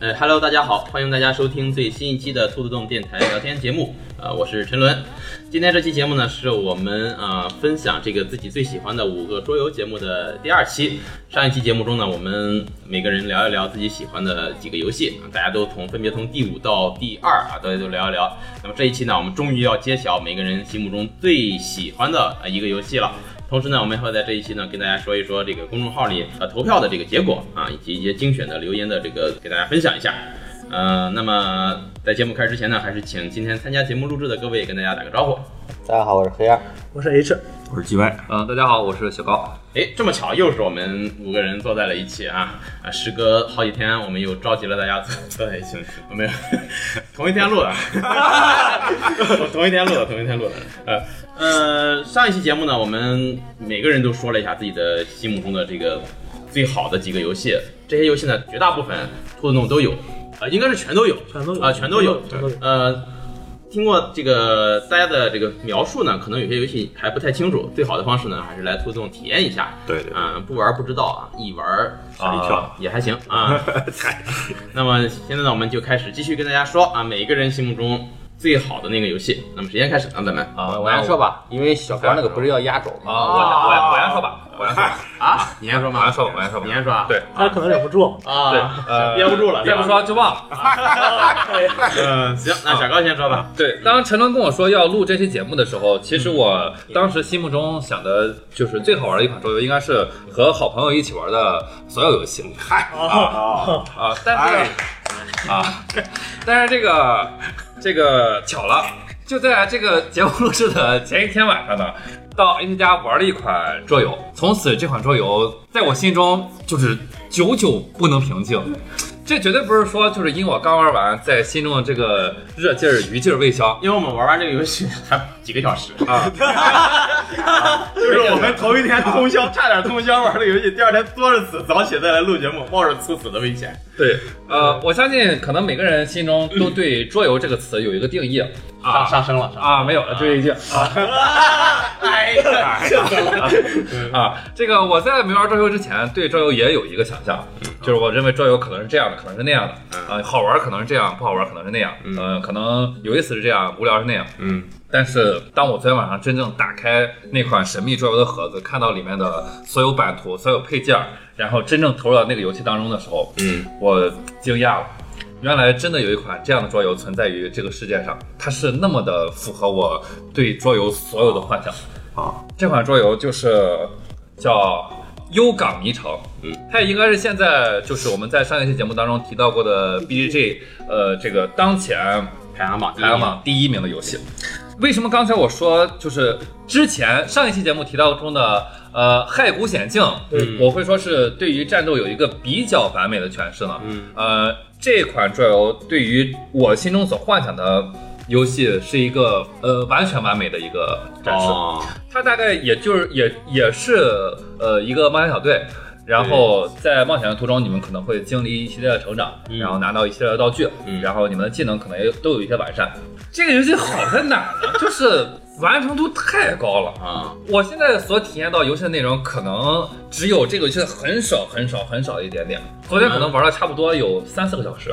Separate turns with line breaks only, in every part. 呃 Hello，大家好，欢迎大家收听最新一期的兔子洞电台聊天节目，呃，我是陈伦。今天这期节目呢，是我们呃分享这个自己最喜欢的五个桌游节目的第二期。上一期节目中呢，我们每个人聊一聊自己喜欢的几个游戏，啊大家都从分别从第五到第二啊，大家都聊一聊。那么这一期呢，我们终于要揭晓每个人心目中最喜欢的呃一个游戏了。同时呢，我们还会在这一期呢跟大家说一说这个公众号里呃投票的这个结果啊，以及一些精选的留言的这个给大家分享一下。呃，那么在节目开始之前呢，还是请今天参加节目录制的各位跟大家打个招呼。
大家好，我是黑二。
我是 H，
我是 G Y，
嗯，大家好，我是小高。
哎，这么巧，又是我们五个人坐在了一起啊！啊，时隔好几天，我们又召集了大家坐坐在一起，我们同一天录的，同一天录的，同一天录的。呃呃，上一期节目呢，我们每个人都说了一下自己的心目中的这个最好的几个游戏，这些游戏呢，绝大部分兔子洞都有，呃，应该是全都有，
全都有
啊，全都有，
全都有。
呃，经过这个大家的这个描述呢，可能有些游戏还不太清楚。最好的方式呢，还是来兔子洞体验一下。
对对对
啊、不玩不知道啊，一玩儿
吓一跳
也还行啊。那么现在呢，我们就开始继续跟大家说啊，每一个人心目中最好的那个游戏。那么谁先开始呢？咱们
啊，
我先说吧，因为小高那个不是要压轴吗？
啊，我我我先说吧，我先说吧，
啊，你先说
我先
吧，
说吧，我先说吧
你。先说啊。
对
他可能忍不住，
对
啊，，
呃，
憋不住了，
再不
是吧。
说就忘了。
嗯， 行，那小高先说吧。
对，当陈伦跟我说要录这期节目的时候，其实我当时心目中想的就是最好玩的一款桌游，应该是和好朋友一起玩的所有游 戏。嗨啊啊！但是呢啊，但是这个这个巧了，就在这个节目录制的前一天晚上呢，到 H 家玩了一款桌游，从此这款桌游在我心中就是久久不能平静。这绝对不是说就是因为我刚玩完，在心中的这个热劲儿余劲儿未消
因为我们玩完这个游戏还几个小时，啊
啊，
就是我们头一天通宵，差点通宵玩的游戏，第二天作着死早起再来录节目，冒着猝死的危险。
对，呃，我相信可能每个人心中都对桌游这个词有一个定义
上
啊
上升了，上
啊，没有了，这一句啊
哎呀，
啊，这个我在没玩桌游之前，对桌游也有一个想象，就是我认为桌游可能是这样的，可能是那样的，啊，好玩可能是这样，不好玩可能是那样，嗯、可能有意思是这样，无聊是那样，
嗯，
但是当我昨天晚上真正打开那款神秘桌游的盒子，看到里面的所有版图、所有配件儿，然后真正投入到那个游戏当中的时候，
嗯，
我惊讶了。原来真的有一款这样的桌游存在于这个世界上，它是那么的符合我对桌游所有的幻想。
啊，
这款桌游就是叫《幽港迷城》，
嗯，
它也应该是现在就是我们在上一期节目当中提到过的 BGG，呃，这个当前
排行榜，
排行榜第一名的游戏。为什么刚才我说就是之前上一期节目提到中的呃骸骨险境，
嗯
我会说是对于战斗有一个比较完美的诠释呢？
嗯，
呃，这款桌游对于我心中所幻想的游戏是一个呃完全完美的一个展示。
哦，
它大概也就是也也是呃一个冒险小队，然后在冒险的途中，你们可能会经历一系列的成长，
嗯
然后拿到一系列的道具，
嗯
然后你们的技能可能也都有一些完善。这个游戏好在哪儿呢？ 就是完成度太高了。
啊，
我现在所体验到游戏的内容，可能只有这个游戏的很少很少很少一点点。昨天
嗯
可能玩了差不多有三四个小时，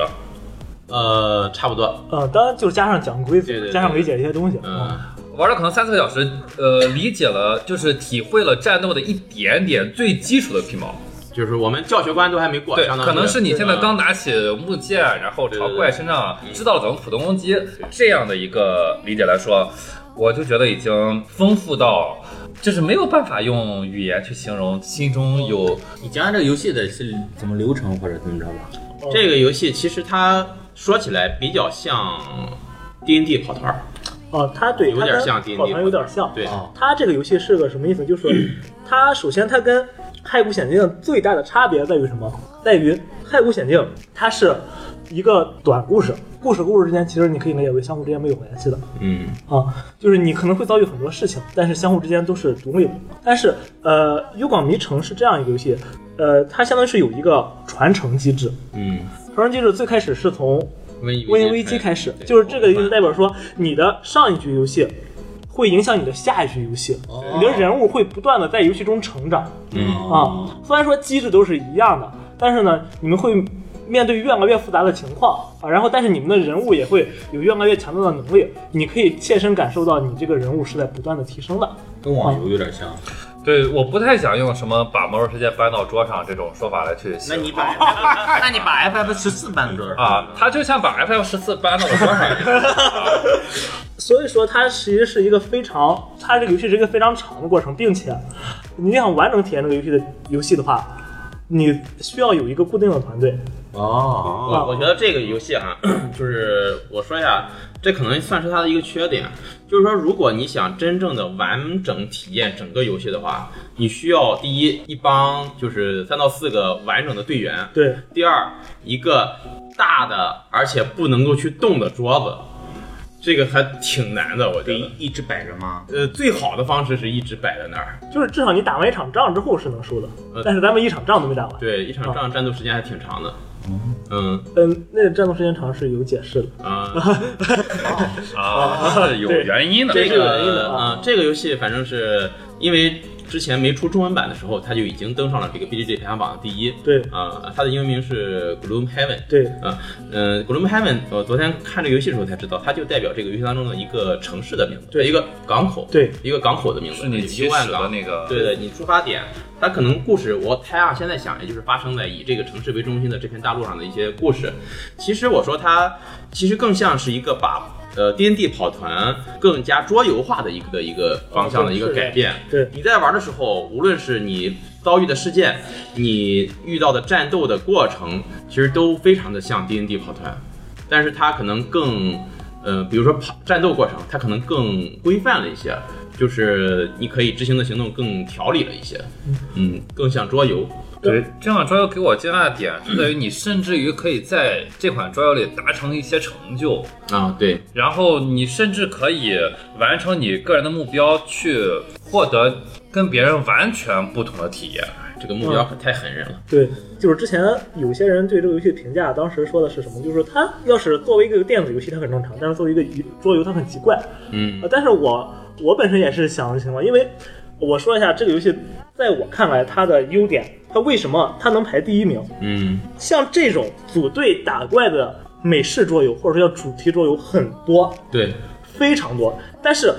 呃，差不多，
呃，当然就是加上讲规
对对
则，
对
加上理解一些东西，嗯，
嗯，
玩了可能三四个小时，呃，理解了就是体会了战斗的一点点最基础的皮毛。
就是我们教学关都还没过，
对，
相当于嗯
可能是你
啊
现在刚拿起木剑，然后朝怪身上知道了怎么普通攻击这样的一个理解来说，我就觉得已经丰富到，就是没有办法用语言去形容心中有
你讲讲这个游戏的是怎么流程或者怎么着吧？
这个游戏，其实它说起来比较像 D N D 跑团儿，
哦，他对
有点像
他
D&D
跟跑团有点像，
对，
啊，
他这个游戏是个什么意 思？就是它首先它跟骸骨险境最大的差别在于什么？在于骸骨险境它是一个短故事，故事故事之间其实你可以理解为相互之间没有联系的，
嗯，
啊，就是你可能会遭遇很多事情，但是相互之间都是独立的。但是呃，幽广迷城是这样一个游戏，呃，它相当于是有一个传承机制。
嗯，
传承机制最开始是从
瘟
瘟疫危机开始，就是这个意思代表说，你的上一局游戏会影响你的下一局游戏，你的人物会不断的在游戏中成长
嗯
啊。虽然说机制都是一样的，但是呢，你们会面对越来越复杂的情况啊，然后但是你们的人物也会有越来越强大的能力，你可以切身感受到你这个人物是在不断的提升的。
跟网游有点像。
嗯
对，我不太想用什么把魔兽世界搬到桌上这种说法来去形容。
把，那你把 FF 十四搬桌
啊，它就像把 FF 十四搬到了桌上一 样。啊
所以说，它其实是一个非常，它这个游戏是一个非常长的过程，并且你想完整体验这个游戏的游戏的话，你需要有一个固定的团队。
哦，
我我觉得这个游戏啊， 就是我说一下，这可能算是它的一个缺点，就是说，如果你想真正的完整体验整个游戏的话，你需要第一一帮就是三到四个完整的队员，
对，
第二一个大的而且不能够去动的桌子，这个还挺难的，我觉
得
得。
一直摆着吗？
呃，最好的方式是一直摆在那儿，
就是至少你打完一场仗之后是能输的
呃，
但是咱们一场仗都没打完。
对，一场仗战斗时间还挺长的。
哦
嗯
嗯，那个战斗时间长是有解释的。
啊，
啊，是有
对
原因的。
这
是有原因
个
的
啊、
啊
这个游戏反正是因为之前没出中文版的时候，它就已经登上了这个 BGG 排行榜的第一。
对
啊、它的英文名是 Gloom Heaven。
对，
啊，嗯、g l o o m Heaven，我昨天看这个游戏的时候才知道，它就代表这个游戏当中的一个城市的名字，呃
对
一个港口，
对，
一个港口的名字，
是你
一
起
万
始
港
的那个，
对的，你出发点，它可能故事，我猜啊，现在想，也就是发生在以这个城市为中心的这片大陆上的一些故事。其实我说它，其实更像是一个把呃 D N D 跑团更加桌游化的一个一个方向的一个改变。
对，
你在玩的时候，无论是你遭遇的事件，你遇到的战斗的过程，其实都非常的像 D N D 跑团，但是它可能更。呃，比如说跑战斗过程，它可能更规范了一些，就是你可以执行的行动更条理了一些，嗯，更像桌游。
对，这款桌游给我惊讶的点是在于，你甚至于可以在这款桌游里达成一些成就，
啊，对，
然后你甚至可以完成你个人的目标，去获得跟别人完全不同的体验。
这个目标
嗯
可太狠人了。
对，就是之前有些人对这个游戏的评价，当时说的是什么？就是说它要是作为一个电子游戏，它很正常；但是作为一个桌游，它很奇怪。
嗯
呃，但是我我本身也是想的情况，因为我说一下这个游戏，在我看来它的优点，它为什么它能排第一名？
嗯，
像这种组队打怪的美式桌游，或者说叫主题桌游很多，
对，
非常多，但是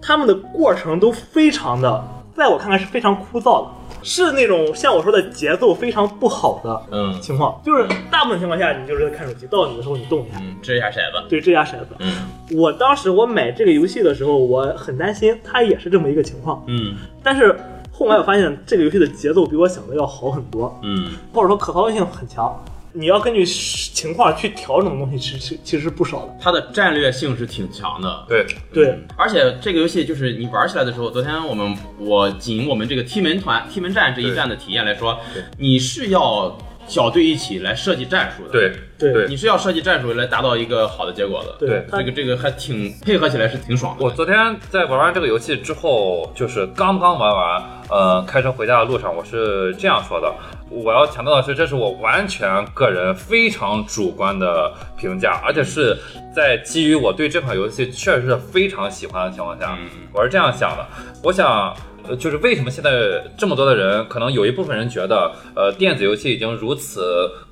他们的过程都非常的，在我看来是非常枯燥的，是那种像我说的节奏非常不好的
嗯
情况，就是大部分情况下你就是在看手机，到你的时候你动一下，
嗯，掷一下骰子。
对，掷下骰子。
嗯
我当时我买这个游戏的时候，我很担心它也是这么一个情况，
嗯
但是后来我发现这个游戏的节奏比我想的要好很多，
嗯，
或者说可操作性很强。你要根据情况去调整的东西，其实其实是不少的。
它的战略性是挺强的。嗯
对，
对，
而且这个游戏就是你玩起来的时候，昨天我们我仅我们这个踢门团、踢门战这一战的体验来说，你是要小队一起来设计战术的，
对，
对
对
你是要设计战术来达到一个好的结果的，
对
它
这个这个还挺配合起来是挺爽的。
我昨天在玩完这个游戏之后，就是刚刚玩完，呃，开车回家的路上，我是这样说的。我要强调的是，这是我完全个人非常主观的评价，而且是在基于我对这款游戏确实是非常喜欢的情况下，
嗯
我是这样想的。我想，呃就是为什么现在这么多的人，可能有一部分人觉得，呃，电子游戏已经如此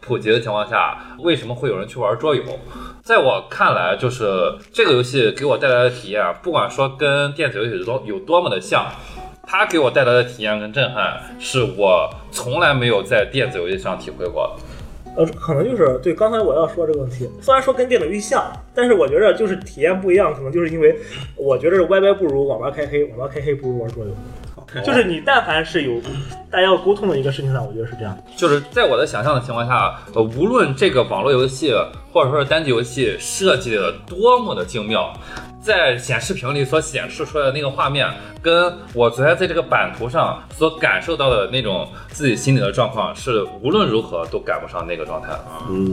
普及的情况下，为什么会有人去玩桌游？在我看来，就是这个游戏给我带来的体验，啊不管说跟电子游戏有多有多么的像，它给我带来的体验跟震撼，是我从来没有在电子游戏上体会过的。
呃，可能就是对刚才我要说这个问题，虽然说跟电子游戏像，但是我觉着就是体验不一样，可能就是因为我觉着 YY 不如网吧开黑，网吧开黑不如玩桌游。就是你但凡是有大家要沟通的一个事情上，我觉得是这样。
就是在我的想象的情况下，呃，无论这个网络游戏或者说是单机游戏设计的多么的精妙，在显示屏里所显示出来的那个画面，跟我昨天在这个版图上所感受到的那种自己心里的状况，是无论如何都赶不上那个状态啊的。
嗯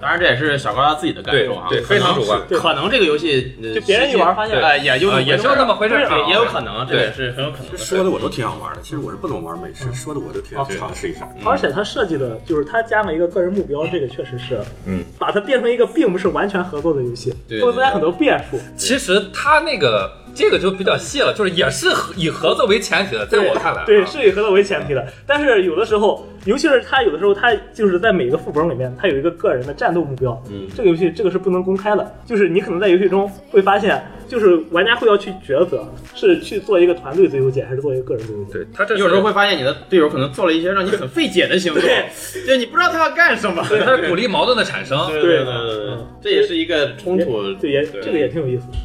当然这也是小高他自己的感受啊，
对对
可能
非常主观
是可能这个游戏呃
就别人一玩发现
实际呃也就
呃也是那么回事
对
儿啊
也有可能，这
对
也是很有可能的事
说的我都挺想玩的，其实我是不怎么玩美食，说的我都挺想尝试一下。
而且它设计的就是它加了一个个人目标，这个确实是，
嗯，
把它变成一个并不是完全合作的游戏
对，
会增加很多变数。
其实它那个这个就比较细了，就是也是以合作为前提的，在我看来啊，
对，是以合作为前提的。但是有的时候，尤其是他有的时候，他就是在每个副本里面，他有一个个人的战斗目标。
嗯
这个游戏这个是不能公开的，就是你可能在游戏中会发现，就是玩家会要去抉择，是去做一个团队最优解，还是做一个个人最优解？
对他这是
有时候会发现你的队友可能做了一些让你很费解的行动， 就你不知道他要干什么。
对他是鼓励矛盾的产生，
对对
对
对对，这也是一个冲突。
对，也
对哦
这个也挺有意思的。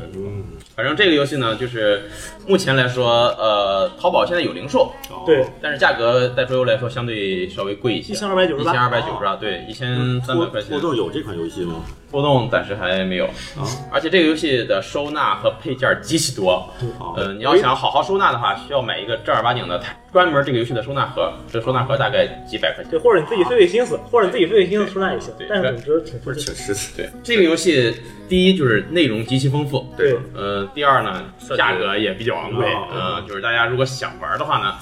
反正这个游戏呢，就是目前来说，呃，淘宝现在有零售，
对，
但是价格在桌游来说相对稍微贵一些，
一千二百九十
一
八，
千二百九十八，对，一千三百块钱
破。嗯豆有这款游戏吗？
波动暂时还没有
啊，
而且这个游戏的收纳和配件极其多，
啊，
呃，你要想好好收纳的话，需要买一个正儿八经的专门这个游戏的收纳盒，这收纳盒大概几百块钱。
对，或者你自己费费心思，或者你自己费费心思出那也行
对，
但是总之挺
不是挺实在。
对，这个游戏第一就是内容极其丰富，
对，
呃，第二呢，
设计
价格也比较昂贵，
哦
呃，就是大家如果想玩的话呢，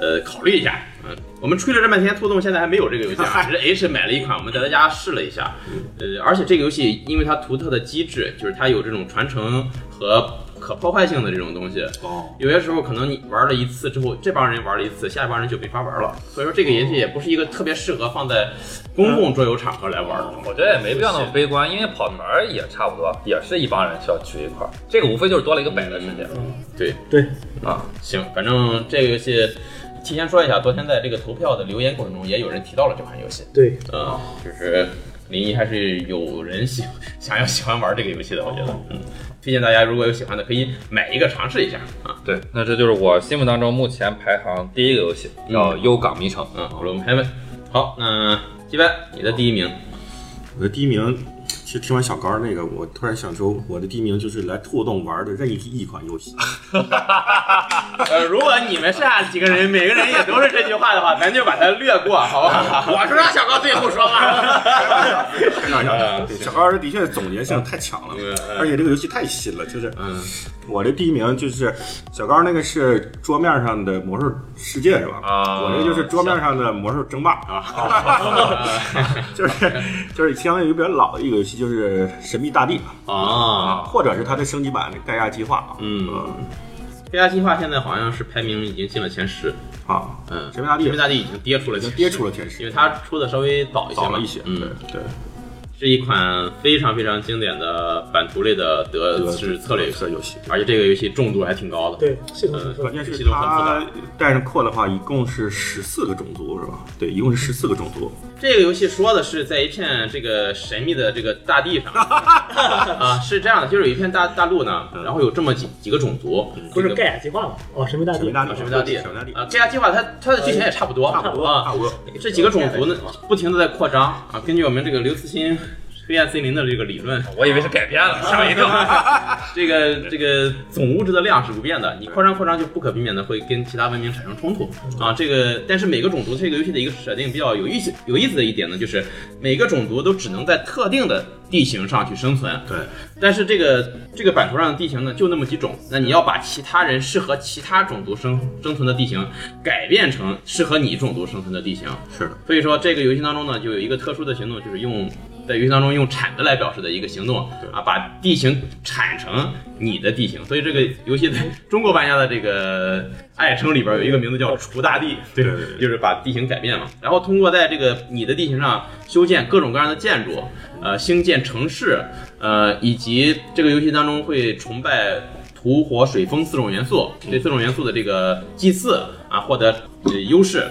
呃，考虑一下。嗯，我们吹了这半天，兔洞现在还没有这个游戏啊，只是 H 买了一款，我们在他家试了一下。呃，而且这个游戏因为它独特的机制，就是它有这种传承和可破坏性的这种东西。
哦，
有些时候可能你玩了一次之后，这帮人玩了一次，下一帮人就没法玩了。所以说这个游戏也不是一个特别适合放在公共桌游场合来玩的。
我觉得也没必要那么悲观，因为跑团儿也差不多，也是一帮人需要聚一块儿，这个无非就是多了一个摆的时间
对
对
啊，行，反正这个游戏提前说一下，昨天在这个投票的留言过程中，也有人提到了这款游戏，
对，
呃，就是临沂还是有人喜想要喜欢 玩这个游戏的，我觉得，嗯，推荐大家如果有喜欢的，可以买一个尝试一下啊。
对，那这就是我心目当中目前排行第一个游戏，叫《幽港迷城》。
嗯，我们排位，好，那鸡班你的第一名，
我的第一名，其实听完小高那个，我突然想说，我的第一名就是来兔洞玩的任意一款游戏。
呃，如果你们剩下几个人每个人也都是这句话的话，咱就把它略过，好吧？ 我说让小高最后说吧。
对小高的确总结性太强了
嗯嗯，
而且这个游戏太新了，就是
嗯，
我的第一名就是小高那个是桌面上的魔兽世界是吧？
啊
我这个就是桌面上的魔兽争霸啊，就是就是相当于比较老的一个游戏，就是神秘大地，
啊，
或者是它的升级版的盖亚计划啊，
嗯飞亚计划现在好像是排名已经进了前十，
啊，
嗯，
神秘大地
因为大地已经跌出了
已
前
经
十，
跌出了前十
因为它出的稍微早一些
早
嘛，
了一些，对
嗯，
对。
是一款非常非常经典的版图类的德式呃策略游戏，
策略游戏，
而且这个游戏重度还挺高的，
对，系统挺
呃
复杂
关键是
系统很复
它
杂
带上扩的话，一共是十四个种族是吧？对，一共是十四个种族。
这个游戏说的是在一片这个神秘的这个大地 上啊，是这样的，就是有一片大大陆呢，
嗯
然后有这么几几个种族，
不是
这个
盖亚计划吗？哦，神秘大
神
地
秘，大
啊
地，
神秘大地
神秘大地，
啊，这家计划它它的剧情也差不多，
差不多，
啊
差，不多。
这几个种族呢，不停的在扩张啊。根据我们这个刘慈欣黑暗森林的这个理论，
我以为是改编了，吓我一跳。
这个这个总物质的量是不变的，你扩张扩张就不可避免的会跟其他文明产生冲突啊。这个但是每个种族这个游戏的一个设定比较有意思有意思的一点呢，就是每个种族都只能在特定的地形上去生存，
对，
但是这个这个版图上的地形呢，就那么几种，那你要把其他人适合其他种族生生存的地形改变成适合你种族生存的地形。
是的，
所以说这个游戏当中呢，就有一个特殊的行动，就是用在游戏当中用铲子来表示的一个行动
对
啊，把地形铲成你的地形。所以这个游戏在中国玩家的这个爱称里边有一个名字叫“除大地”，对
对对对
就是把地形改变嘛。然后通过在这个你的地形上修建各种各样的建筑，呃，兴建城市，呃，以及这个游戏当中会崇拜土、火、水、风四种元素，对四种元素的这个祭祀啊，获得呃优势，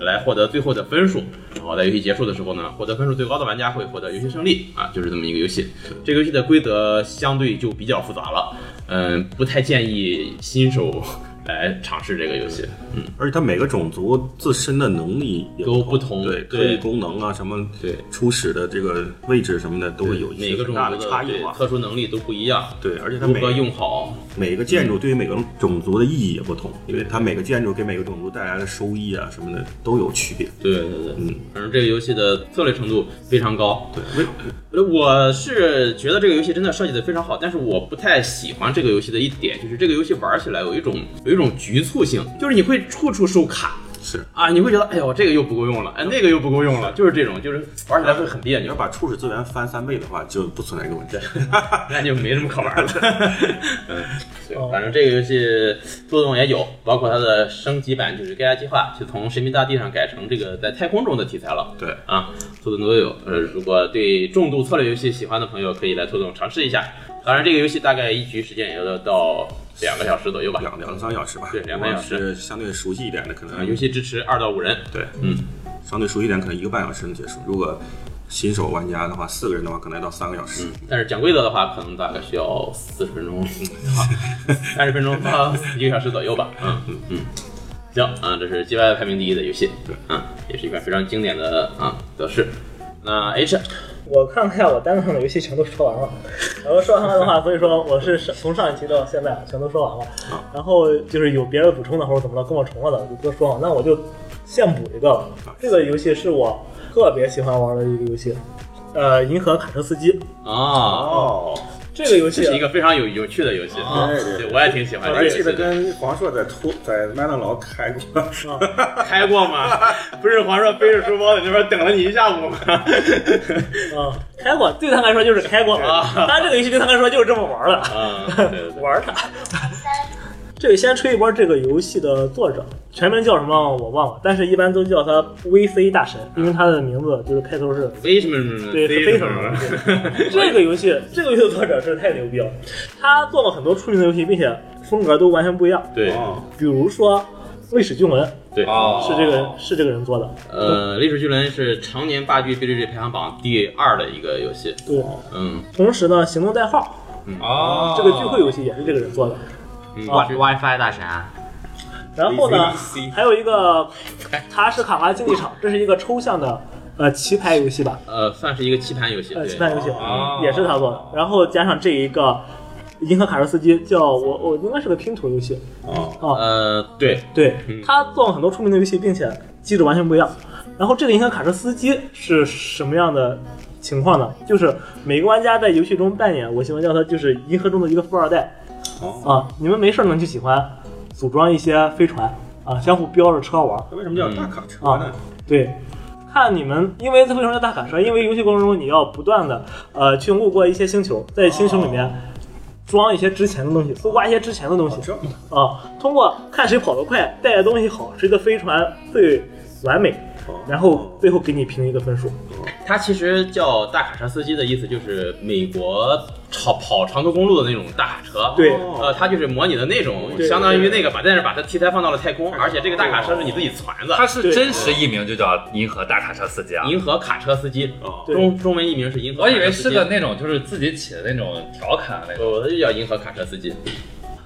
来获得最后的分数。然后在游戏结束的时候呢，获得分数最高的玩家会获得游戏胜利啊，就是这么一个游戏。这个游戏的规则相对就比较复杂了，嗯，不太建议新手 来尝试这个游戏。
而且它每个种族自身的能力也
都不同
对，
对
特异功能啊，什么
对
初始的这个位置什么的，都会有
每
一
个
些
种
很大
族
差异
对
化。嗯
特殊能力都不一样，
对，而且它
如
每
何用好，
每个建
嗯
筑对于每个种族的意义也不同，因为它每个建筑给每个种族带来的收益啊什么的都有区别。
对对对，
嗯，
反正这个游戏的策略程度非常高。
对，为
我是觉得这个游戏真的设计的非常好，但是我不太喜欢这个游戏的一点就是这个游戏玩起来有一种有一种局促性，就是你会处处收卡。
是
啊，你会觉得，哎呦，这个又不够用了，哎，那个又不够用了，就是这种，就是玩起来会很别
你
扭
要，把初始 资源翻三倍的话，就不存在这个问题。
那就没什么可玩的。嗯，对
哦，
反正这个游戏做动也有，包括它的升级版，就是《盖亚计划》，就从神秘大地上改成这个在太空中的题材了。
对
啊，兔动都有。呃，如果对重度策略游戏喜欢的朋友，可以来兔动尝试一下。当然，这个游戏大概一局时间也要到两个小时左右吧。
两两三小时吧，
对两三小时
我是相对熟悉一点的，可
啊，
能
游戏支持二到五人。
对
嗯，
相对熟悉一点，可能一个半小时能结束。如果新手玩家的话，四个人的话，可能要到三个小时。
但是讲规则的话，可能大概需要四十分钟，三十分钟到一个小时左右吧。嗯嗯嗯，行啊，这是 G Y 排名第一的游戏，
对，
嗯，也是一款非常经典的啊格式。那 H
我看了一下我单上的游戏全都说完了，然后说完了 的话，所以说我是从上一期到现在全都说完了，然后就是有别的补充的或者怎么了跟我重了的我就都说了，那我就现补一个，这个游戏是我特别喜欢玩的一个游戏，呃，银河卡车司机
哦，
哦，
这个游
这
戏
是一个非常有有趣的游戏，
对
对，我也啊挺喜欢
我
这个
还
游戏
记得
的。
跟黄硕在托在麦当劳开过，
开过吗？不是黄硕背着书包在那边等了你一下午吗？
啊、开过，对他来说就是开过啊，当然这个游戏对他来说就是这么玩的。
啊，对对对，
玩它。这里先吹一波这个游戏的作者，全名叫什么我忘了，但是一般都叫他 VC 大神，因为他的名字就是开头是
为什么什么什么？
对是
为
非
什
常
么？
这个游戏，这个游戏的作者真是太牛逼了，他做过很多出名的游戏，并且风格都完全不一样，
对
哦
比如说。历史俊文
对，
哦
是这个人是这个人做的，
呃，《历史巨轮》是常年霸居 BGG 排行榜第二的一个游戏。
对。
嗯，
同时呢，行动代号
哦，
这个聚会游戏也是这个人做的。
嗯
哦
啊
WiFi 大神啊，
然后呢，还有一个塔什卡拉竞技场，这是一个抽象的呃棋牌游戏吧，
呃，算是一个棋盘游戏。
呃，棋
对，
盘游戏
哦
也是他做的，然后加上这一个银河卡车司机，叫我我应该是个拼图游戏，
哦，
呃，对，
对
嗯
他做了很多出名的游戏，并且机制完全不一样。然后这个银河卡车司机是什么样的情况呢？就是每个玩家在游戏中扮演，我喜欢叫他就是银河中的一个富二代啊。
哦，
你们没事儿呢就喜欢组装一些飞船啊，相互飙着车玩。
那为什么叫大卡车
啊
呢？
对，看你们，因为它为什么叫大卡车？因为游戏过程中你要不断的呃去路过一些星球，在星球里面装一些值钱的东西，搜刮一些值钱的东西
哦这么
啊，通过看谁跑得快，带的东西好，谁的飞船最完美，然后最后给你评一个分数。
它其实叫大卡车司机的意思就是美国跑跑长途公路的那种大卡车。
对
呃，它就是模拟的那种，
对
相当于那个把，但是把它题材放到了太空，而且这个大卡车是你自己攒的。
他是真实艺名就叫银河大卡车司机啊。
银河卡车司机，
哦
对
中中文译名是银河
我
卡车司机。
以为是个那种就是自己起的那种调侃啊那种。
我就叫银河卡车司机。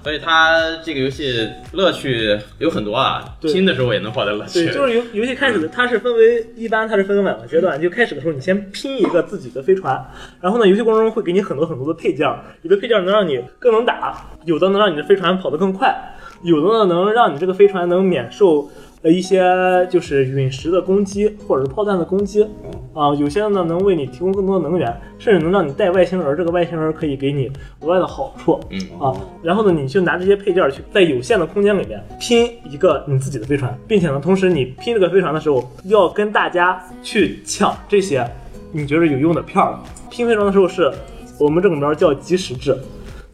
所以它这个游戏乐趣有很多啊，
对
拼的时候也能获得乐趣。
对，就是游游戏开始的，它是分为一般它是分为两个阶段，就开始的时候你先拼一个自己的飞船，然后呢，游戏过程中会给你很多很多的配件儿，有的配件儿能让你更能打，有的能让你的飞船跑得更快，有的呢能让你这个飞船能免受。呃，一些就是陨石的攻击，或者是炮弹的攻击，啊、有些呢能为你提供更多的能源，甚至能让你带外星人，这个外星人可以给你额外的好处，
嗯
啊，然后呢，你就拿这些配件儿去在有限的空间里面拼一个你自己的飞船，并且呢，同时你拼这个飞船的时候，要跟大家去抢这些你觉得有用的票儿。拼飞船的时候是我们这个苗叫即时制，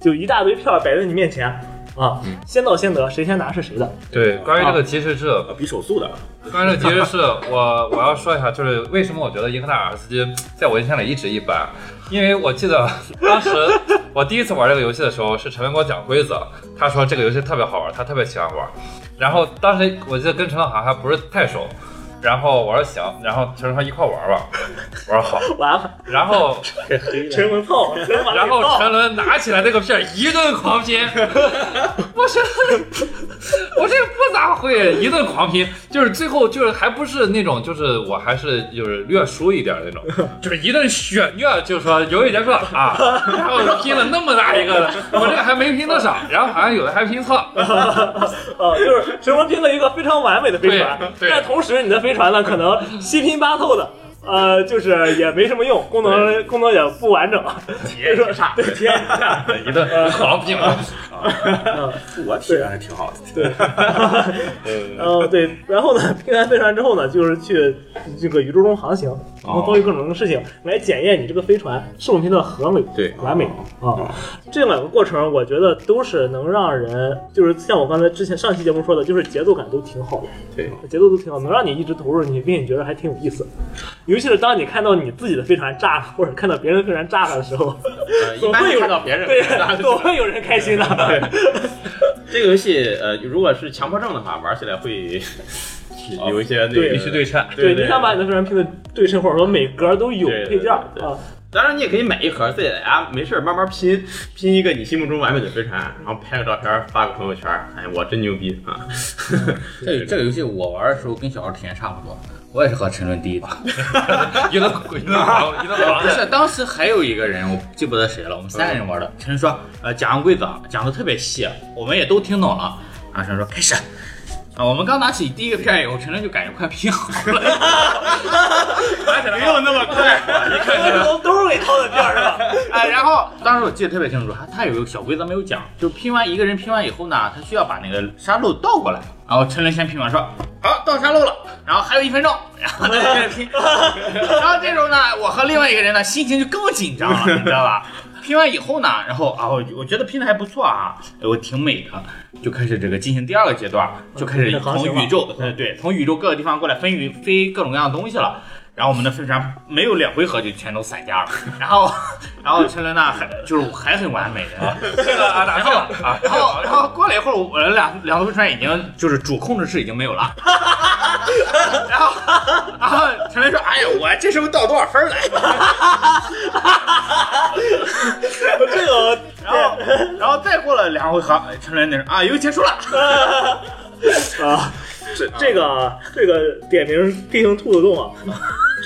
就一大堆票儿摆在你面前啊，
嗯
先到先得，谁先拿是谁的。
对，关于这个即时制，
呃
啊比手速的，
关于这个即时制，我我要说一下，就是为什么我觉得银河大卡车司机在我印象里一直一般，因为我记得当时我第一次玩这个游戏的时候，是陈文给我讲规则，他说这个游戏特别好玩，他特别喜欢玩，然后当时我记得跟陈文好像还不是太熟。然后我说行，然后陈文说一块玩吧，我说好。
完了，
然后，
陈文炮，陈文炮
然后陈伦拿起来那个片儿一顿狂拼，我说我这不咋会，一顿狂拼，就是最后就是还不是那种，就是我还是就是略输一点那种，就是一顿血虐，就是说游戏结束了啊，然后拼了那么大一个，我这个还没拼多少，然后好像有的还拼错，
啊， 就是陈文拼了一个非常完美的飞船
对，对
但同时你的飞船呢，可 能七拼八凑的，呃，就是也没什么用， 功能功能也不完整，体验差，对体验一下。
一顿狂拼，
啊，
我体验还挺好的。
对， 呃，对，然后呢，拼完飞船之后呢，就是去这个宇宙中航行，然后遭遇各种各样的事情，来检验你这个飞船是否拼的合美
对
完美啊。这两个过程，我觉得都是能让人，就是像我刚才之前上期节目说的，就是节奏感都挺好的，
对，
节奏都挺好，能让你一直投入你，并且觉得还挺有意思。尤其是当你看到你自己的飞船炸了，或者看到别人的飞船炸了的时候，
呃，一
总
般
会有
看到别人
对
大家，都
总会有人开心的。
这个游戏，呃，如果是强迫症的话，玩起来会 有一些那个
对
必须对称。
对
你想把你的飞船拼的对称，或者说每格都有
对对
配件儿
对对
啊，
当然，你也可以买一盒自己在家没事儿慢慢拼拼一个你心目中完美的飞船，然后拍个照片发个朋友圈，哎，我真牛逼啊！
这个这个游戏我玩的时候跟小孩体验差不多，我也是和陈伦第一把。
一个鬼，一个狼，一个狼
不。是，当时还有一个人，我记不得谁了，我们三个人玩的。陈说，呃，讲个规则，讲的特别细，啊我们也都听懂了。然后陈说开始。啊，我们刚拿起第一个片以后，陈伦就感觉快拼好了， 没有那么快。
都都是给掏的片儿是吧？
哎，然后当时我记得特别清楚，他他有个小规则没有讲，就拼完一个人拼完以后呢，他需要把那个沙漏倒过来。然后陈伦先拼完说，好倒沙漏了，然后还有一分钟，然后再接着拼。 然后这时候呢，我和另外一个人呢，心情就更紧张了，你知道 吧？拼完以后呢，然后啊，我我觉得拼的还不错啊，我挺美的，就开始这个进行第二个阶
啊
段，就开始
嗯航
从
行了
宇宙，呃对，从宇宙各个地方过来分宇飞各种各样的东西了。然后我们的飞船没有两回合就全都散架了，然 后，然后陈伦呢还就是还很完美啊，
这个啊，打错了啊。
然后然后过了一会儿，我们两两个飞船已经就是主控制室已经没有 了，然后然后陈伦说：“哎呀，我这时候到多少分儿了？”
这个
然后，然后再过了两回合，陈伦那说啊，游戏结束了。
啊，这这个啊这个点名地形兔子洞啊，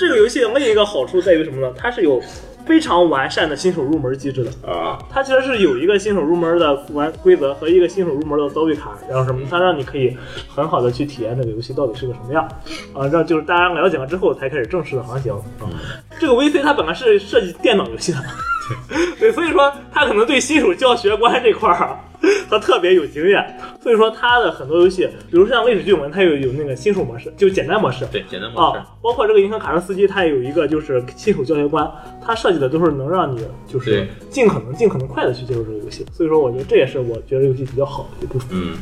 这个游戏的另一个好处在于什么呢？它是有。非常完善的新手入门机制的啊，它其实是有一个新手入门的玩规则和一个新手入门的遭遇卡，然后什么，它让你可以很好的去体验这个游戏到底是个什么样啊，让就是大家了解了之后才开始正式的航行啊。这个 VC 它本来是设计电脑游戏的，对，所以说他可能对新手教学观这块儿啊，他特别有经验。所以说他的很多游戏，比如像历史巨文，它有有那个新手模式，就简单模式。
对，简单模式。
啊，包括这个银河卡车司机，它也有一个就是新手教学观，它设计的都是能让你就是
对
尽可能尽可能快的去接受这个游戏。所以说，我觉得这也是我觉得游戏比较好的一部分。
嗯，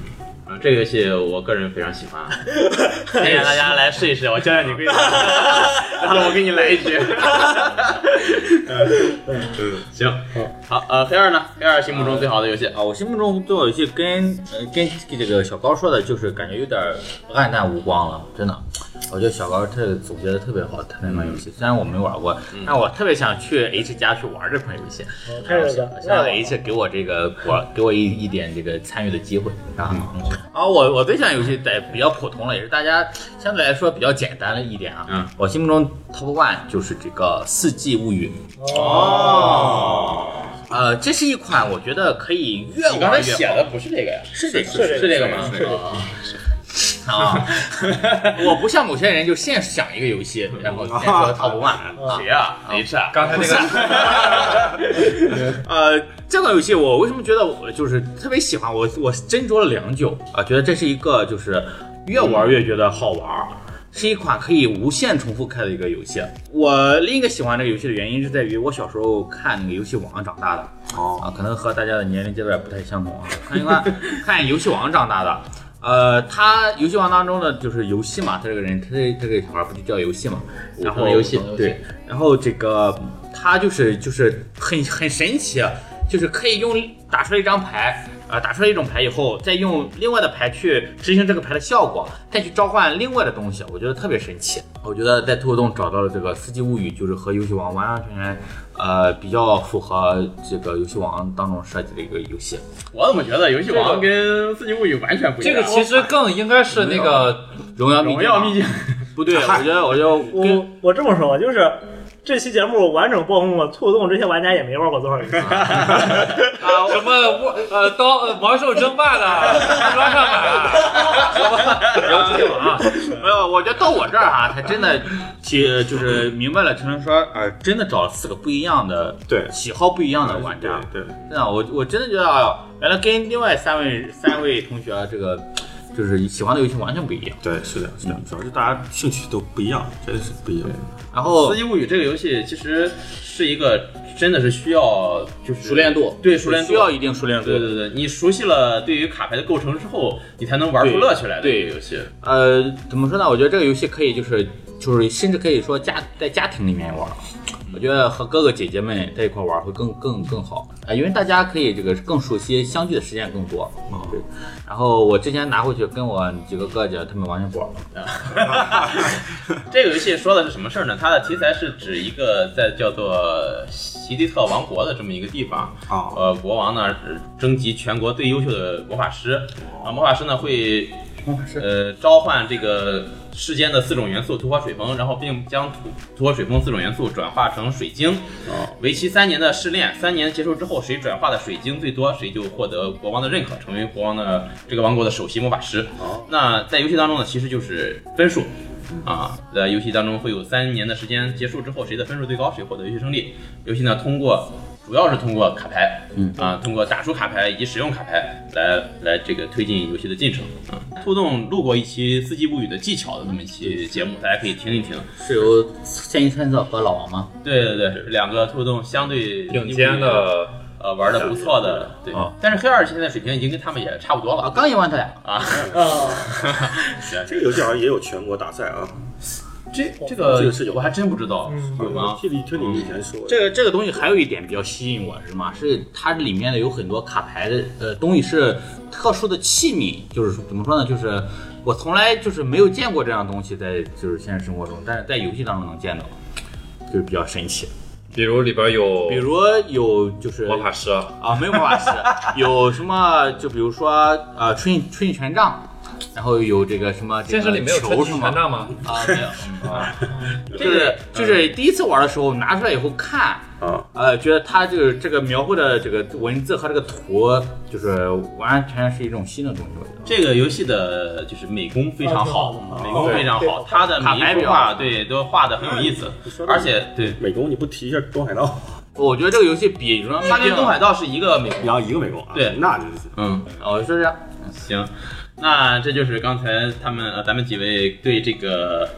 啊，这个游戏我个人非常喜 欢，推荐大家来试一试，我教教你 规则，然后我给你来一 局。嗯，行，好，呃，黑二呢？黑二心目中最好的游戏，
啊，我心目中最好游戏跟呃跟这个小高说的，就是感觉有点暗淡无光了，真的。我觉得小高这个总结的特别好，他那款游戏，虽然我没玩过，
嗯
但我特别想去 H 家去玩这款游戏，
太热了
想让 H 给我这个我给我一一点这个参与的机会啊。嗯啊，我我最喜欢游戏在比较普通了，也是大家相对来说比较简单了一点啊。
嗯，
我心目中 Top One 就是这个《四季物语》。
哦，
呃，这是一款我觉得可以越玩越
你刚才
好
写的不是这个呀？
是这个
是这个吗？
啊， 我不像某些人就现想一个游戏，然
嗯
后先说 top one。
谁呀？H 啊？
刚才那个
呃，这款游戏我为什么觉得我就是特别喜欢？我我斟酌了良久啊，觉得这是一个就是越玩越觉得好玩儿。是一款可以无限重复开的一个游戏。我另一个喜欢这个游戏的原因是在于我小时候看那个游戏王长大的，
哦，
啊，可能和大家的年龄阶段也不太相同啊。看一看看游戏王长大的，呃，他游戏王当中的就是游戏嘛，他这个人，他这他这个小孩不就叫游戏嘛？然后
游戏
对，然后这个他就是就是很很神奇啊，就是可以用打出来一张牌。啊，打出来一种牌以后，再用另外的牌去执行这个牌的效果，再去召唤另外的东西，我觉得特别神奇。我觉得在兔洞找到了这个《四季物语》，就是和游戏王完完全全，呃，比较符合这个游戏王当中设计的一个游戏。
我怎么觉得游戏王跟《四季物语》完全不一
这
样？
个其实更应该是那个
荣耀秘
荣耀秘
境啊
境，
不对，我觉得我觉得
我我这么说吧，就是这期节目完整曝光了，兔洞这些玩家也没玩过多少游戏。
啊，什么我呃刀呃魔兽争霸的，安装上买啊，什么然后就有啊，
没有，我觉得到我这儿哈、啊，他真的其呃就是明白了陈伦说，呃，真的找了四个不一样的
对
喜好不一样的玩家。
对，对
真的，我我真的觉得啊，原来跟另外三位三位同学啊这个就是喜欢的游戏完全不一样。
对，是的，是的，嗯主要是大家兴趣都不一样，真的是不一样。
然
《
后
司机物语》这个游戏其实是一个真的是需要就是
熟练度，
对熟练度
需要一定熟练度。
对对对，你熟悉了对于卡牌的构成之后，你才能玩出乐趣来的
对
一个游戏。
呃，怎么说呢？我觉得这个游戏可以就是就是甚至可以说家在家庭里面玩儿。我觉得和哥哥姐姐们在一块玩儿会更更更好啊、呃因为大家可以这个更熟悉，相聚的时间也更多。对。然后我之前拿回去跟我几个哥哥姐姐他们完全不玩儿，
这个游戏说的是什么事儿呢？它的题材是指一个在叫做席迪特王国的这么一个地方，
啊，
呃，国王呢是征集全国最优秀的魔法师，啊，魔法师呢会，呃，召唤这个世间的四种元素突破水逢，然后并将突突破水逢四种元素转化成水晶，为期三年的试炼，三年结束之后，谁转化的水晶最多，谁就获得国王的认可，成为国王的这个王国的首席魔法师。那在游戏当中呢，其实就是分数。啊，在游戏当中会有三年的时间，结束之后谁的分数最高，谁获得游戏胜利。游戏呢，通过主要是通过卡牌，嗯啊，通过打出卡牌以及使用卡牌来来这个推进游戏的进程啊。兔洞录过一期《四季物语》的技巧的这么一期节目，大家可以听一听。
是由现役参测和老王吗？
对对对，两个兔洞相对
顶尖的
呃玩的不错的，对。但是黑二现在水平已经跟他们也差不多
啊，
了
刚赢完他俩，
啊。
啊，
这个游戏好像也有全国大赛啊，
这这个
这个是有
我还真不知道
嗯
有吗？
记得听你以前说，
这个这个东西还有一点比较吸引我是嘛，是它里面的有很多卡牌的呃东西是特殊的器皿，就是说怎么说呢，就是我从来就是没有见过这样的东西在就是现实生活中，但是在游戏当中能见到，就是比较神奇。
比如里边有
比如有就是
魔法师啊，
啊，没有魔法师，有什么就比如说呃春意春意权杖，然后有这个什么这
现
个
实里没有
球
球
是
权
吗？
杖吗？
啊，没有。嗯啊，就是就是第一次玩的时候拿出来以后看，
啊，
呃，觉得它这个这个描绘的这个文字和这个图，就是完全是一种新的东西。我觉得
这个游戏的就是美工非常好，
啊
美工非常
对
好，它的
卡
每
牌
一幅
表
画对都画的很有意思
说，到
而且对，
美工你不提一下东海 道，
我觉得这个游戏比《荣耀
它
秘境
跟》东海道是一个美工，
然后一个美工啊，
对
那就是
嗯，
哦，是这样。
行，那这就是刚才他们呃咱们几位对这个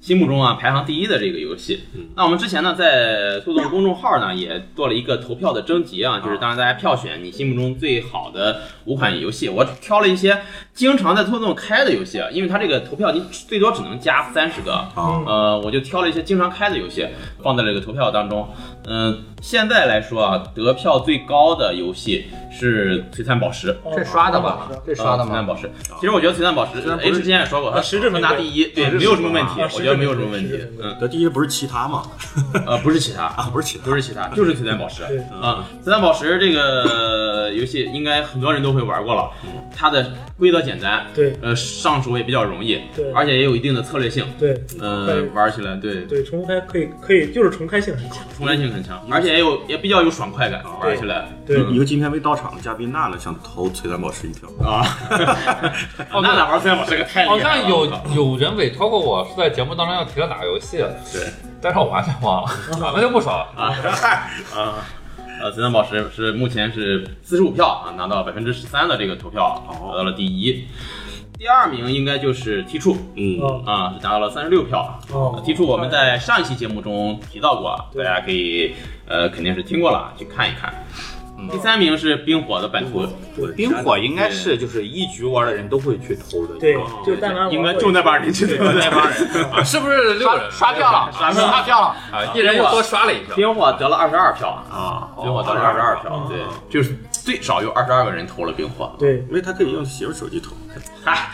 心目中啊排行第一的这个游戏。那我们之前呢在互动公众号呢也做了一个投票的征集啊，就是当然大家票选你心目中最好的五款游戏，我挑了一些经常在互动开的游戏啊，因为它这个投票你最多只能加三十个。
啊，
呃，我就挑了一些经常开的游戏放在了这个投票当中。嗯、现在来说啊，得票最高的游戏是《璀璨宝石》。呃
这刷的吧？这刷的
璀璨
吗？
宝石，其实我觉得璀璨宝石呃
然不是
，H 之前也说过，它呃
实至名归
拿第一，对，
实至名归
没有什么问题，
啊
我觉得没有什么问
实
题
至名。归
嗯，
得第一不是其他吗？
呃，不是其他，
啊，不是其他，
不是其他，就是璀璨宝石
对
啊。璀璨宝石这个游戏应该很多人都会玩过了，它的规则简单，
对
呃，上手也比较容易，
对
而且也有一定的策略性，
对
呃，玩起来对
对，重开可以可以，就是重开性很强。
重来性很强，嗯而且也有也比较有爽快感，玩起来。
对
嗯
一个今天没到场的嘉宾娜呢，想投璀璨宝石一票，
啊，哦那俩玩璀璨宝石可太厉害
好
了，
像有有人委托过我是在节目当中要提到哪个游戏，啊
对，
但是我完全忘 了，啊那就不说了。
啊啊。呃，紫丹宝石是目前是四十五票啊，拿到百分之十三的这个投票，啊
哦
拿到了第一。第二名应该就是 T 处
嗯，
嗯
啊，是拿到了三十六票。
哦
提出我们在上一期节目中提到过，大
对
家可以呃肯定是听过了，去看一看。嗯第三名是冰火的版图，
冰火应该是就是一局玩的人都会去投的。
对，
哦
就但凡
应该
玩过
重在帮人去
对
在帮 人。
啊是不是六人
刷票了，
刷
刷
票了
票了。
啊？一人又多刷了一票。
冰火得了二十二票啊，
啊，
冰火得了二十二票，对，就是最少有二十二个人投了冰火。
对
因为他可以用媳妇手机投，
嗨，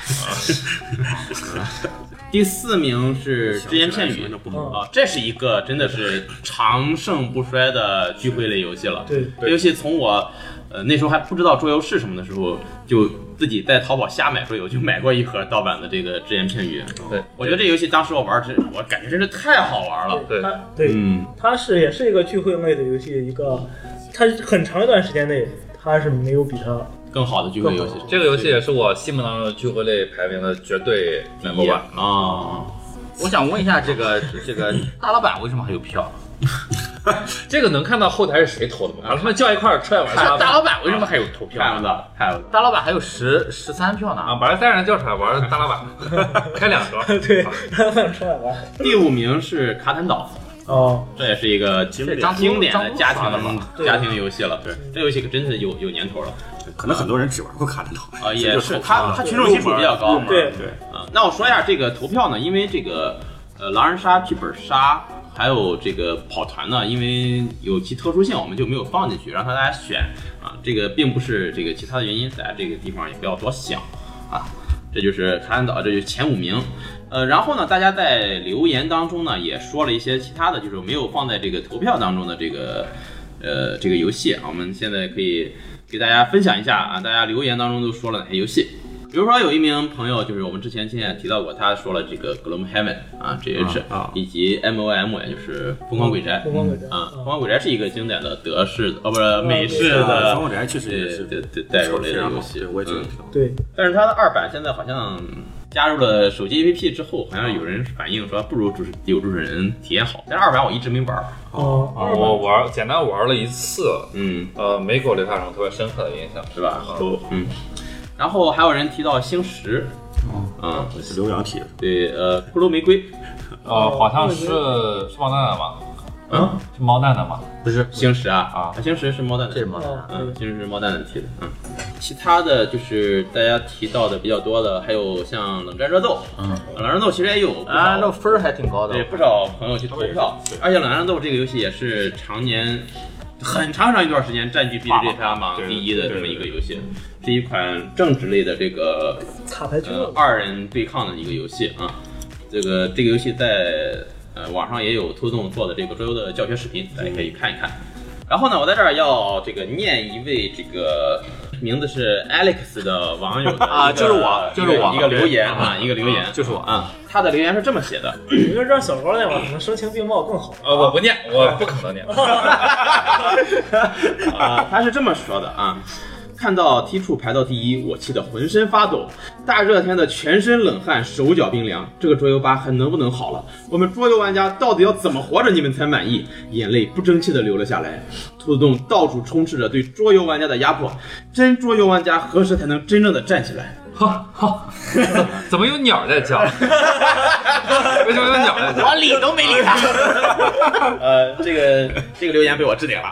第四名是只言片语
那不
嗯
好，
啊，这是一个真的是长盛不衰的聚会类游戏了。
对
这游戏从我呃那时候还不知道桌游是什么的时候就自己在淘宝瞎买桌游，就买过一盒盗版的这个只言片语。
对，
我觉得这游戏当时我玩儿真，我感觉真是太好玩了。
对
它对，
嗯，
它是也是一个聚会类的游戏，一个它很长一段时间内它是没有比它
更好的聚会游戏，
这个游戏也是我心目当中的聚会类排名的绝对
number one 啊，
我想问一下，这个这个大老板为什么还有票？
这个能看到后台是谁投的吗？把他们叫一块儿踹完
大
了。
大老板为什么还有投票？
看不到，看不到。
大老板还有十十三票呢
啊，把这三人叫出来玩大老板， 开两桌。
对它放出来玩。
第五名是卡坦岛，
哦，
这也是一个经典
这张图
经典的
张图
家
发的
庭
吧
家庭游戏了。对，这游戏可真是有有年头了
可能很多人只玩过卡坦岛
啊，也
就是投
它
票
它群众基础比较高。
对
对，
啊，那我说一下这个投票呢，因为这个呃狼人杀、剧本杀还有这个跑团呢，因为有其特殊性，我们就没有放进去，让大家选啊。这个并不是这个其他的原因，大家这个地方也不要多想啊。这就是卡坦岛，这就是前五名。呃，然后呢，大家在留言当中呢也说了一些其他的，就是没有放在这个投票当中的这个呃这个游戏啊，我们现在可以给大家分享一下啊，大家留言当中都说了哪些游戏。比如说有一名朋友，就是我们之前今天也提到过，他说了这个 Gloomhaven 啊，GH
啊啊
以及 MOM，也就是疯狂鬼宅
疯狂鬼宅
啊，疯
嗯
狂鬼宅是一个经典的德式的哦，不是美式
是
呃，
的
防火宅确实也
对
是
对对代入类的游戏
对，我也觉得
嗯
挺好。
对，
但是它的二版现在好像加入了手机 APP 之后，好像有人反映说不如主持有主持人体验好。但是二版我一直没玩儿。
哦，
啊，我玩简单玩了一次，
嗯，
呃，没给我留下什么特别深刻的印象。
是吧？嗯。然后还有人提到星石，嗯，
是刘洋提的，
对，呃，骷髅玫瑰，
呃，好像是是猫蛋蛋吧？
嗯，
是猫蛋蛋吧？
不是星石啊
啊
星石是猫蛋的，
这是猫蛋
蛋
嗯，星石是猫蛋的提的，嗯。其他的就是大家提到的比较多的，还有像冷战热斗，嗯，冷战热斗其实也有不
啊，
少
那分儿还挺高的
对，。不少朋友去投票，而且《冷战斗》这个游戏也是常年很长很长一段时间占据 B 站排行榜
对
第一的这么
对
一个游戏，是一款政治类的这个
卡牌俱乐
呃
部，
二人对抗的一个游戏啊。这个这个游戏在呃网上也有兔动做的这个桌游的教学视频，大家可
嗯
以看一看。然后呢，我在这儿要这个念一位这个名字是 Alex 的网友的
啊
一个
就是我就是我
一个留言啊，一个留言
就是我，嗯
啊，他的留言是这么写的。
你就让小罗那会儿可能声情并茂更好。
呃，我不念，我不可能念。
啊，他是这么说的啊。看到 T 处排到第一，我气得浑身发抖，大热天的全身冷汗，手脚冰凉。这个桌游吧还能不能好了？我们桌游玩家到底要怎么活着你们才满意？眼泪不争气的流了下来。兔子洞到处充斥着对桌游玩家的压迫，真桌游玩家何时才能真正的站起来？
哈哈， 怎么有鸟在 叫？为什么有鸟在叫？
我理都没理他。
呃，这个这个留言被我置顶了。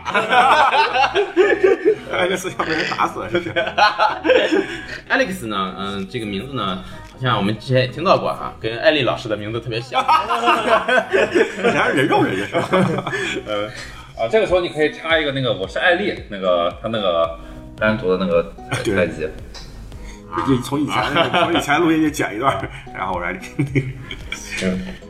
哎，这思想被人打死了，这是。
Alex 呢，嗯、这个名字呢，好像我们之前也听到过啊，跟艾丽老师的名字特别像。
人家人肉人家是吧？
啊，这个时候你可以插一个那个，我是艾丽，那个他那个单独的那个
对
台机。
就从以前从以前录音就剪一段，然后我来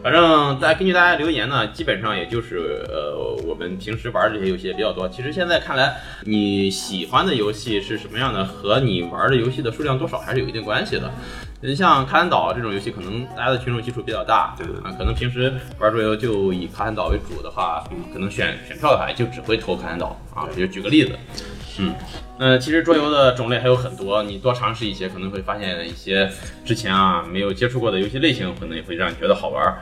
反正大家根据大家留言呢，基本上也就是呃，我们平时玩这些游戏也比较多。其实现在看来，你喜欢的游戏是什么样的，和你玩的游戏的数量多少还是有一定关系的。你像卡坦岛这种游戏，可能大家的群众基础比较大，
对对对
啊，可能平时玩桌游就以卡坦岛为主的话，可能选选票的话也就只会投卡坦岛啊。就举个例子，嗯，那其实桌游的种类还有很多，你多尝试一些，可能会发现一些之前啊没有接触过的游戏类型，可能也会让你觉得好玩儿。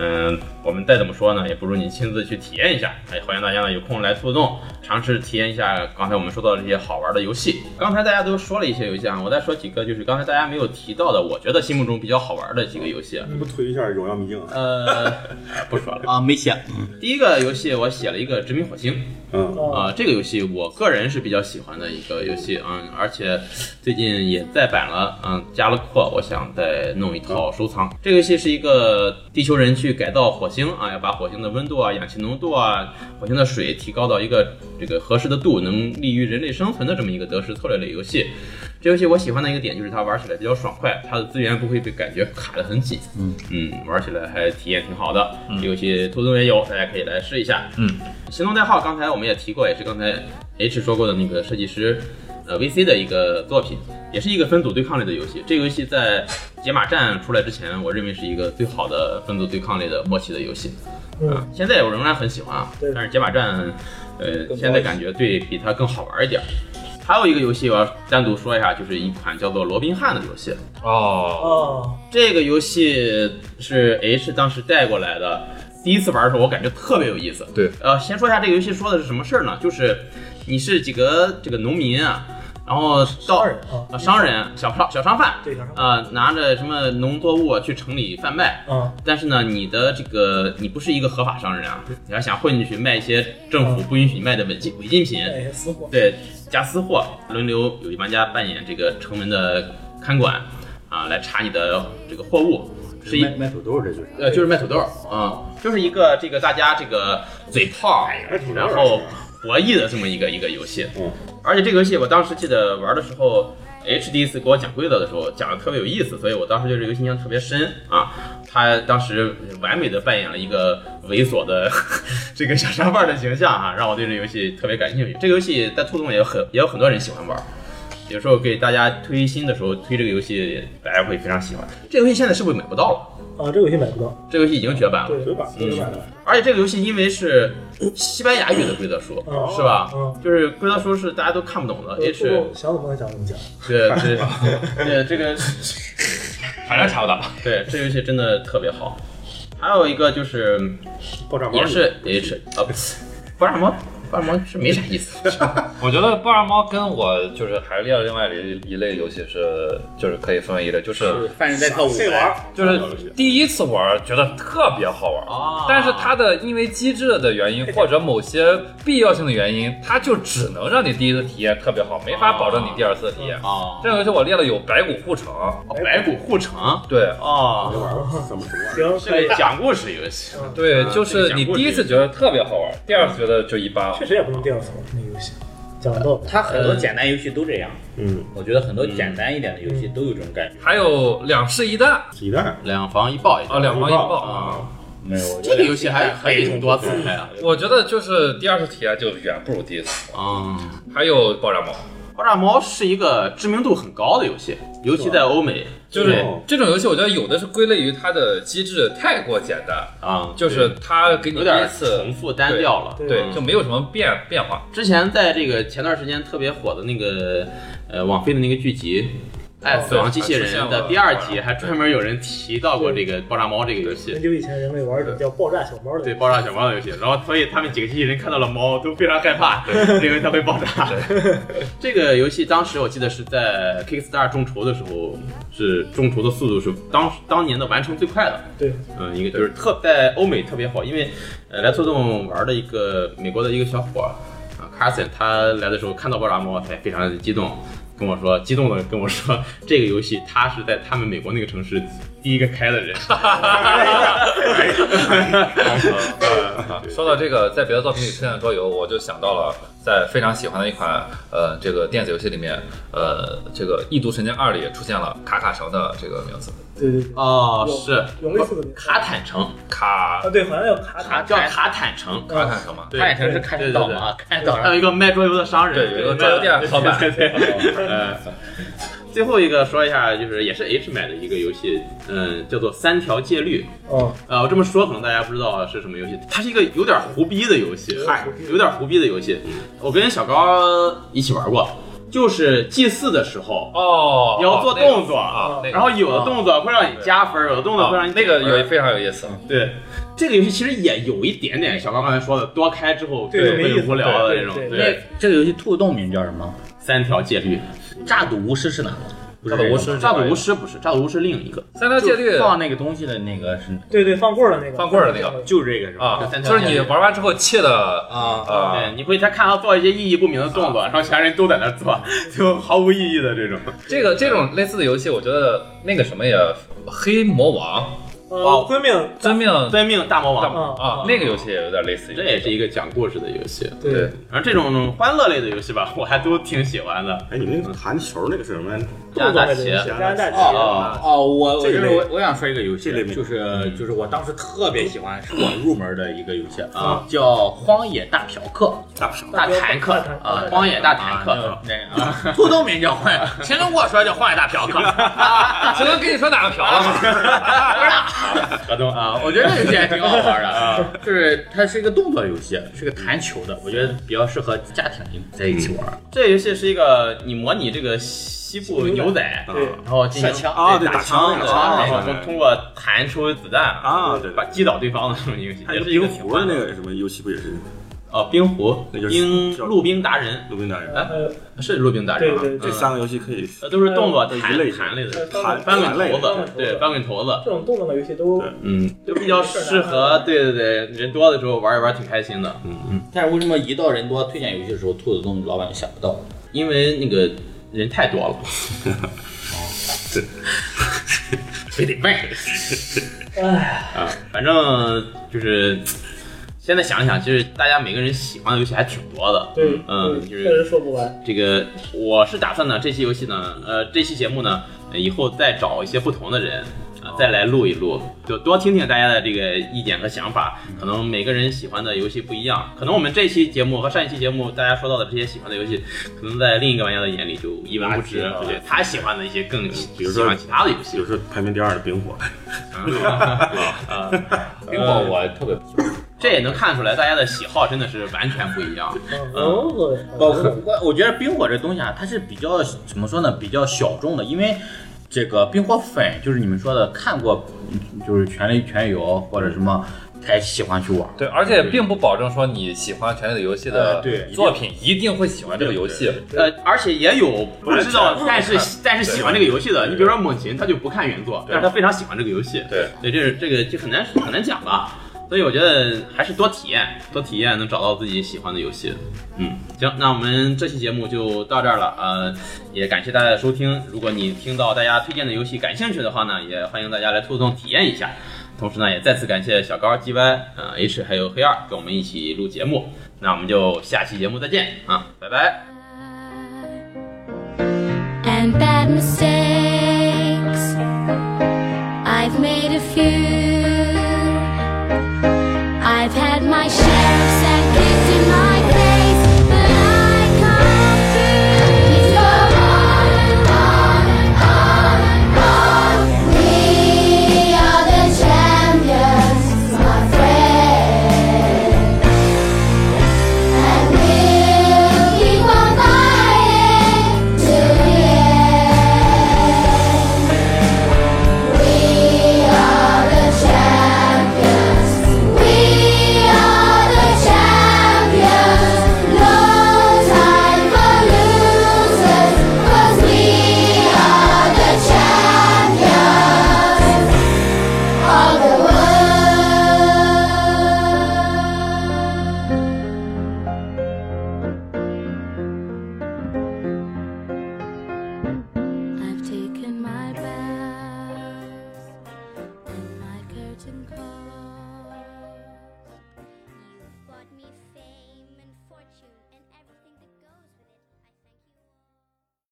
嗯我们再怎么说呢，也不如你亲自去体验一下。哎，欢迎大家呢有空来互动，尝试体验一下刚才我们说到的这些好玩的游戏。刚才大家都说了一些游戏啊，我再说几个，就是刚才大家没有提到的，我觉得心目中比较好玩的几个游戏。啊
不推一下《荣耀秘境》？
呃， 不说了。
啊，没写。
第一个游戏我写了一个《殖民火星》。
嗯，
啊、
哦，
这个游戏我个人是比较喜欢的一个游戏，嗯，而且最近也再版了，嗯，加了扩，我想再弄一套收藏。这个游戏是一个地球人去改造火星啊，要把火星的温度啊、氧气浓度啊、火星的水提高到一个这个合适的度，能利于人类生存的这么一个得失策略类游戏。这游戏我喜欢的一个点就是它玩起来比较爽快，它的资源不会被感觉卡得很紧，嗯玩起来还体验挺好的。这游戏兔子洞也有，大家可以来试一下。行动代号刚才我们也提过，也是刚才 H 说过的那个设计师，呃 VC 的一个作品，也是一个分组对抗类的游戏。这个游戏在解码战出来之前，我认为是一个最好的分组对抗类的默契的游戏。啊，现在我仍然很喜欢啊
对，
但是解码战，呃，现在感觉对比它更好玩一点儿。还有一个游戏我要单独说一下，就是一款叫做《罗宾汉》的游戏。
哦，
哦，
这个游戏是 H 当时带过来的，第一次玩的时候我感觉特别有意思。
对，
呃，先说一下这个游戏说的是什么事儿呢？就是你是几个这个农民啊，然后到
人啊
呃商人小商小商贩，
对小商贩
呃，拿着什么农作物啊去城里贩卖，
嗯，
但是呢，你的这个你不是一个合法商人啊，你要想混进去卖一些政府不允许你卖的违禁违禁品，
哎，死火，
对，加私货，轮流有一玩家扮演这个城门的看管啊，来查你的这个货物，是一
卖卖土豆，这就是
呃就是卖土豆，嗯，就是一个这个大家这个嘴炮，然后博弈的这么一个一个游戏。
嗯，
而且这个游戏我当时记得玩的时候。H 第一次给我讲规则的时候讲的特别有意思，所以我当时对这个游戏印象特别深啊。他当时完美的扮演了一个猥琐的这个小商贩的形象啊，让我对这游戏特别感兴趣。这个游戏在兔洞也有很也有很多人喜欢玩，有时候给大家推新的时候推这个游戏，大家会非常喜欢。这个游戏现在是不是买不到了？
啊，这个游戏买不到，
这个游戏已经绝版了。
对，
对吧？
嗯而且这个游戏因为是西班牙语的规则书，
哦
是吧？
嗯
就是规则书是大家都看不懂的。H
呃想怎么讲怎么讲，
对对对， 这个
反正查不到。
对这游戏真的特别好。还有一个就是
爆炸包
也是 H 啊，不是不是什么。霸王是没啥意 思，
我觉得《霸王猫》跟我就是还是要另外一一类游戏是，就是可以分为一类，就是
犯人在跳舞，
这玩儿
就是第一次玩儿觉得特别好玩儿，
啊
但是它的因为机制的原因或者某些必要性的原因，它就只能让你第一次体验特别好，没法保证你第二次的体验。
哦，
这个游戏我列了有《白骨护城》，
白骨护城
对
哦，
怎么怎么玩
行，
儿？
是个讲故事游戏，
对，
这
就
个
是
讲
你
故事
第一次觉得特别好玩儿，第二次觉得就一般。
确实也不能第二次玩那个游戏，讲到了，
他很多简单游戏都这样，
嗯，
我觉得很多简单一点的游戏都有这种感觉。
还有两世一弹
鸡蛋
嗯两房一豹也
啊，
叫
两方一
一
爆
爆
啊，
哦没有，我觉
这
得
个游戏还可以挺多次开啊，
我觉得就是第二次体验就远不如第一次。
嗯。
还有爆炸猫，
爆炸猫是一个知名度很高的游戏，尤其在欧美。
就是
哦
这种游戏，我觉得有的是归类于它的机制太过简单，
啊，
就是它给你
有
第一
点
次
重复单调了。
对
对
嗯
就没有什么变变化。
之前在这个前段时间特别火的那个呃网飞的那个剧集。
哦
《爱死亡机器人》的第二集还专门有人提到过这个爆炸猫这个游
很
戏，
久以前人类玩一种叫爆炸小猫的，
对，爆炸小猫的游戏。然后所以他们几个机器人看到了猫都非常害怕，认为它会爆炸。 这个游戏当时我记得是在 Kickstarter 众筹的时候，是众筹的速度是当当年的完成最快的。
对，
嗯，一个就是特在欧美特别火，因为呃来做动玩的一个美国的一个小伙儿啊 Carson，他来的时候看到爆炸猫才非常的激动，跟我说激动的跟我说这个游戏他是在他们美国那个城市第一个开的人，
啊说到这个，在别的作品里出现的桌游，我就想到了在非常喜欢的一款呃这个电子游戏里面，呃这个《异度神剑二》里出现了卡卡城的这个名字，
对对对，
哦
有
是
有类似的名字
卡坦城，
卡
啊，对，好像叫卡塔，啊
叫卡坦城，
卡卡城嘛。
对
看成是看得到嘛，看得到，
还有一个卖桌游的商人，
对有一个桌游店老板
对对对对呃，最后一个说一下，就是也是 H 买的一个游戏，嗯，叫做《三条戒律》。
嗯，
呃，我这么说可能大家不知道啊是什么游戏，它是一个有点胡逼的游戏，
嗨
有点胡逼的游戏。我跟小高一起玩过，就是祭祀的时候，
哦，
你要做
那个
动作
啊，那个
然后有的动作会让你加分，有的动作会
啊
让你
那个有
有
非常有意思，
对。这个游戏其实也有一点点小高刚才说的，多开之后
对没意
会
思
无聊的
对
那种。
对
那这个游戏兔洞名叫什么？
三条戒律，
炸赌巫师是哪个？不
炸
是这个
赌巫师，
炸赌巫师不是，炸赌巫师另一个。
三条戒律啊
就放那个东西的那个是
对对，放棍儿的那个，
放棍儿的那个
就是这个是吧？
啊
三，条
就是
戒
你
律
玩完之后气的
啊，
啊
对，，你会他看他做一些意义不明的动作，然后其他人都在那做， 就毫无意义的这种。
这个这种类似的游戏，我觉得那个什么也黑魔王
呃
哦，
遵命，
遵命
遵命大魔
大
王，
魔啊
嗯，
那个游戏也有点类似于
这也是一个讲故事的游戏。
对
对，
反正这种欢乐类的游戏吧， 我还都挺喜欢的。
哎，你们那个弹球那个是什么？
加拿大棋
加啊拿
啊
大
哦
棋，
哦，
哦，我我
这
就是
个类
我我想说一个游戏
这类，没
就是就是我当时特别喜欢，是我入门的一个游戏
啊，
叫《荒野大嫖客》。
大不
大坦克
大坦克
啊，荒野大坦克，那个 啊土豆名叫荒野，乾隆跟我说叫荒野大嫖客，
只能跟你说哪个嫖了吗？
河东啊，
啊，我觉得这游戏还挺好玩的啊，就是它是一个动作游戏，是个弹球的，我觉得比较适合家庭在一起玩。
这游戏是一个你模拟这个西部牛仔，
啊
对，
然后进行
射枪
啊，对，
打
打枪
的，
打
然后
枪，
通过弹出子弹
啊对对
把击倒对方的这么一个游戏，
还
也
有
是一
冰
个
壶的那个什么游戏不也是
哦，冰壶，
那就是
冰
叫
陆冰达人，
鲁冰达人？
哎
呃，
是陆冰达人吧？
对
嗯
对对
这三个游戏可以
呃都是动作
都
弹
一类
弹类的，
弹
翻
弹类
滚头
的，
子，对，翻滚头子，
这种动作的游戏都
对
嗯，就比较适合，对对对，人多的时候玩一玩挺开心的，
但是为什么一到人多推荐游戏的时候，兔子洞老板就想不到？
因为那个人太多了。
哦
非得卖
哎
啊，反正就是现在想一想，就是大家每个人喜欢的游戏还挺多的。
对，
嗯
对
就是
确实说不完。
这个我是打算呢，这期游戏呢，呃，这期节目呢，呃以后再找一些不同的人啊、再来录一录，就多听听大家的这个意见和想法。可能每个人喜欢的游戏不一样，可能我们这期节目和上一期节目大家说到的这些喜欢的游戏，可能在另一个玩家的眼里就一文不值，
垃圾
对他喜欢的一些更啊比
如说
喜欢其他的游
比
戏
如。说排名第二的冰火，
啊，
冰火我特别
这也能看出来大家的喜好真的是啊完全不一样。
嗯
哦，
包括我我觉得冰火这东西啊，它是比较怎么说呢？比较小众的，因为这个冰火粉就是你们说的看过，嗯就是《全力全游》或者什么才喜欢去玩。
对，而且并不保证说你喜欢权力的游戏的
呃对
作品一定会喜欢这个游戏。
呃，而且也有不知道，但是但是喜欢这个游戏的，你比如说猛禽，他就不看原作，但是他非常喜欢这个游戏，
对，
对，这是这个就很难很难讲吧。所以我觉得还是多体验，多体验能找到自己喜欢的游戏。嗯，行，那我们这期节目就到这儿了。呃，也感谢大家的收听。如果你听到大家推荐的游戏感兴趣的话呢，也欢迎大家来兔子洞体验一下。同时呢，也再次感谢小高、G Y、呃 H 还有黑二跟我们一起录节目。那我们就下期节目再见啊，拜拜。
and bad mistakes. I've made a few.